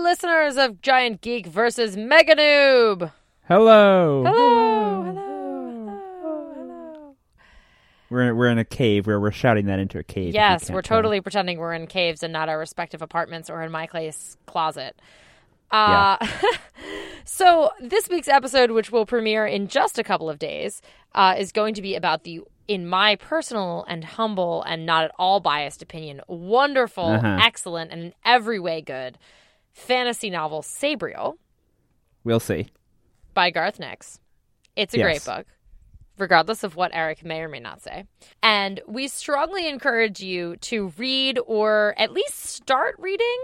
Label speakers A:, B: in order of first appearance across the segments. A: listeners of Giant Geek versus Mega Noob.
B: Hello.
A: Hello, hello, hello, hello.
B: We're in, we're in a cave where we're shouting that into a cave. if you
A: Yes,
B: can't
A: we're
B: tell.
A: totally pretending we're in caves and not our respective apartments or in my case closet. Uh,
B: Yeah.
A: so this week's episode, which will premiere in just a couple of days, uh, is going to be about the, in my personal and humble and not at all biased opinion, wonderful,
B: Uh-huh.
A: excellent, and in every way good fantasy novel Sabriel
B: We'll see.
A: by Garth Nix. It's a great
B: Yes.
A: book, regardless of what Eric may or may not say. And we strongly encourage you to read or at least start reading.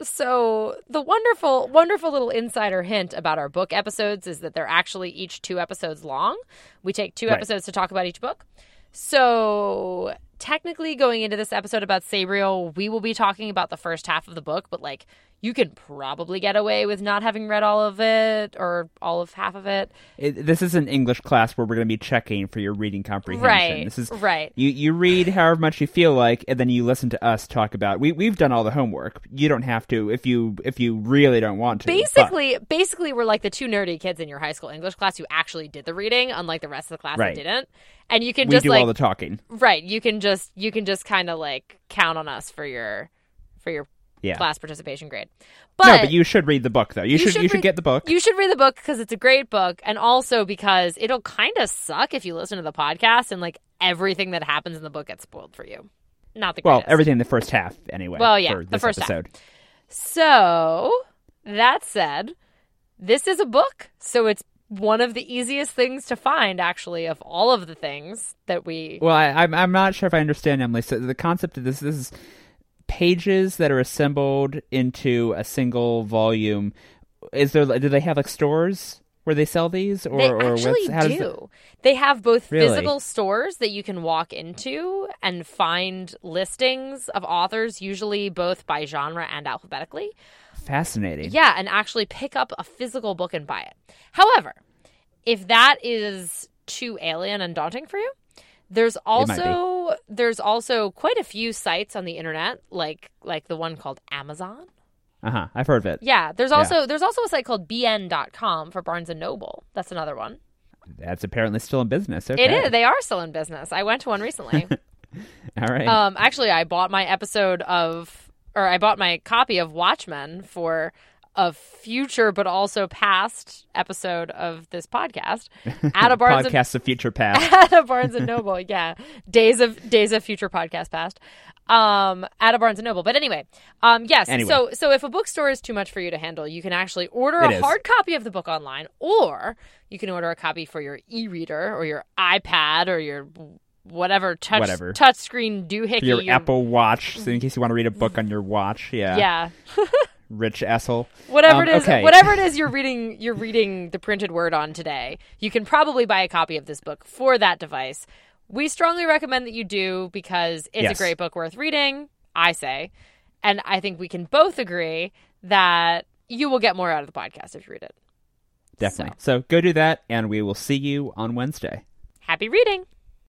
A: So, the wonderful, wonderful little insider hint about our book episodes is that they're actually each two episodes long. We take two
B: Right.
A: episodes to talk about each book. So, technically, going into this episode about Sabriel, we will be talking about the first half of the book, but like you can probably get away with not having read all of it or all of half of it.
B: It, this is an English class where we're going to be checking for your reading comprehension.
A: Right,
B: This is
A: right.
B: You you read however much you feel like, and then you listen to us talk about. We we've done all the homework. You don't have to if you if you really don't want to. but-
A: Basically, basically, we're like the two nerdy kids in your high school English class who actually did the reading, unlike the rest of the class
B: Right.
A: that didn't. And you can
B: we
A: just
B: do
A: like
B: all the talking.
A: right, you can just you can just kind of like count on us for your for your
B: Yeah.
A: class participation grade.
B: no, but you should read the book though. You, should, you should
A: read-
B: get the book.
A: You should read the book because it's a great book, and also because it'll kind of suck if you listen to the podcast and like everything that happens in the book gets spoiled for you. Not the
B: well,
A: greatest.
B: everything in the first half anyway.
A: Well, yeah,
B: for
A: the
B: this
A: first half.
B: episode.
A: So that said, this is a book, so it's one of the easiest things to find. Actually, of all of the things that we
B: Well, I, I'm I'm not sure if I understand Emily. So the concept of this this is pages that are assembled into a single volume. Is there do they have like stores where they sell these or
A: They
B: or
A: actually
B: what's, how does
A: do.
B: it-
A: They have both
B: Really?
A: physical stores that you can walk into and find listings of authors, usually both by genre and alphabetically.
B: fascinating?
A: Yeah, and actually pick up a physical book and buy it. However, if that is too alien and daunting for you, there's
B: might be.
A: also there's also quite a few sites on the internet, like like the one called Amazon.
B: Uh huh. I've heard of it.
A: Yeah, there's also there's also a site called bn.com for Barnes and Noble. That's another one.
B: That's apparently still in business. Okay.
A: It is. They are still in business. I went to one recently.
B: All right.
A: um, actually, I bought my episode of, or I bought my copy of Watchmen for a future but also past episode of this podcast at a Barnes and,
B: Podcasts of future past.
A: at a Barnes and Noble. Yeah, days of days of future podcast past. Um, at a Barnes and Noble. But anyway, um, yes.
B: Anyway.
A: So so if a bookstore is too much for you to handle, you can actually order
B: It
A: a
B: is.
A: hard copy of the book online, or you can order a copy for your e-reader or your iPad or your whatever touch
B: Whatever.
A: touch screen doohickey.
B: Your
A: you-
B: Apple Watch, so in case you want to read a book on your watch, yeah,
A: Yeah.
B: rich asshole.
A: Whatever
B: Um,
A: it is,
B: okay.
A: whatever it is you're reading, you're reading the printed word on today. You can probably buy a copy of this book for that device. We strongly recommend that you do because it's
B: Yes.
A: a great book worth reading. I say, and I think we can both agree that you will get more out of the podcast if you read it.
B: Definitely. so go do that, and we will see you on Wednesday.
A: Happy reading.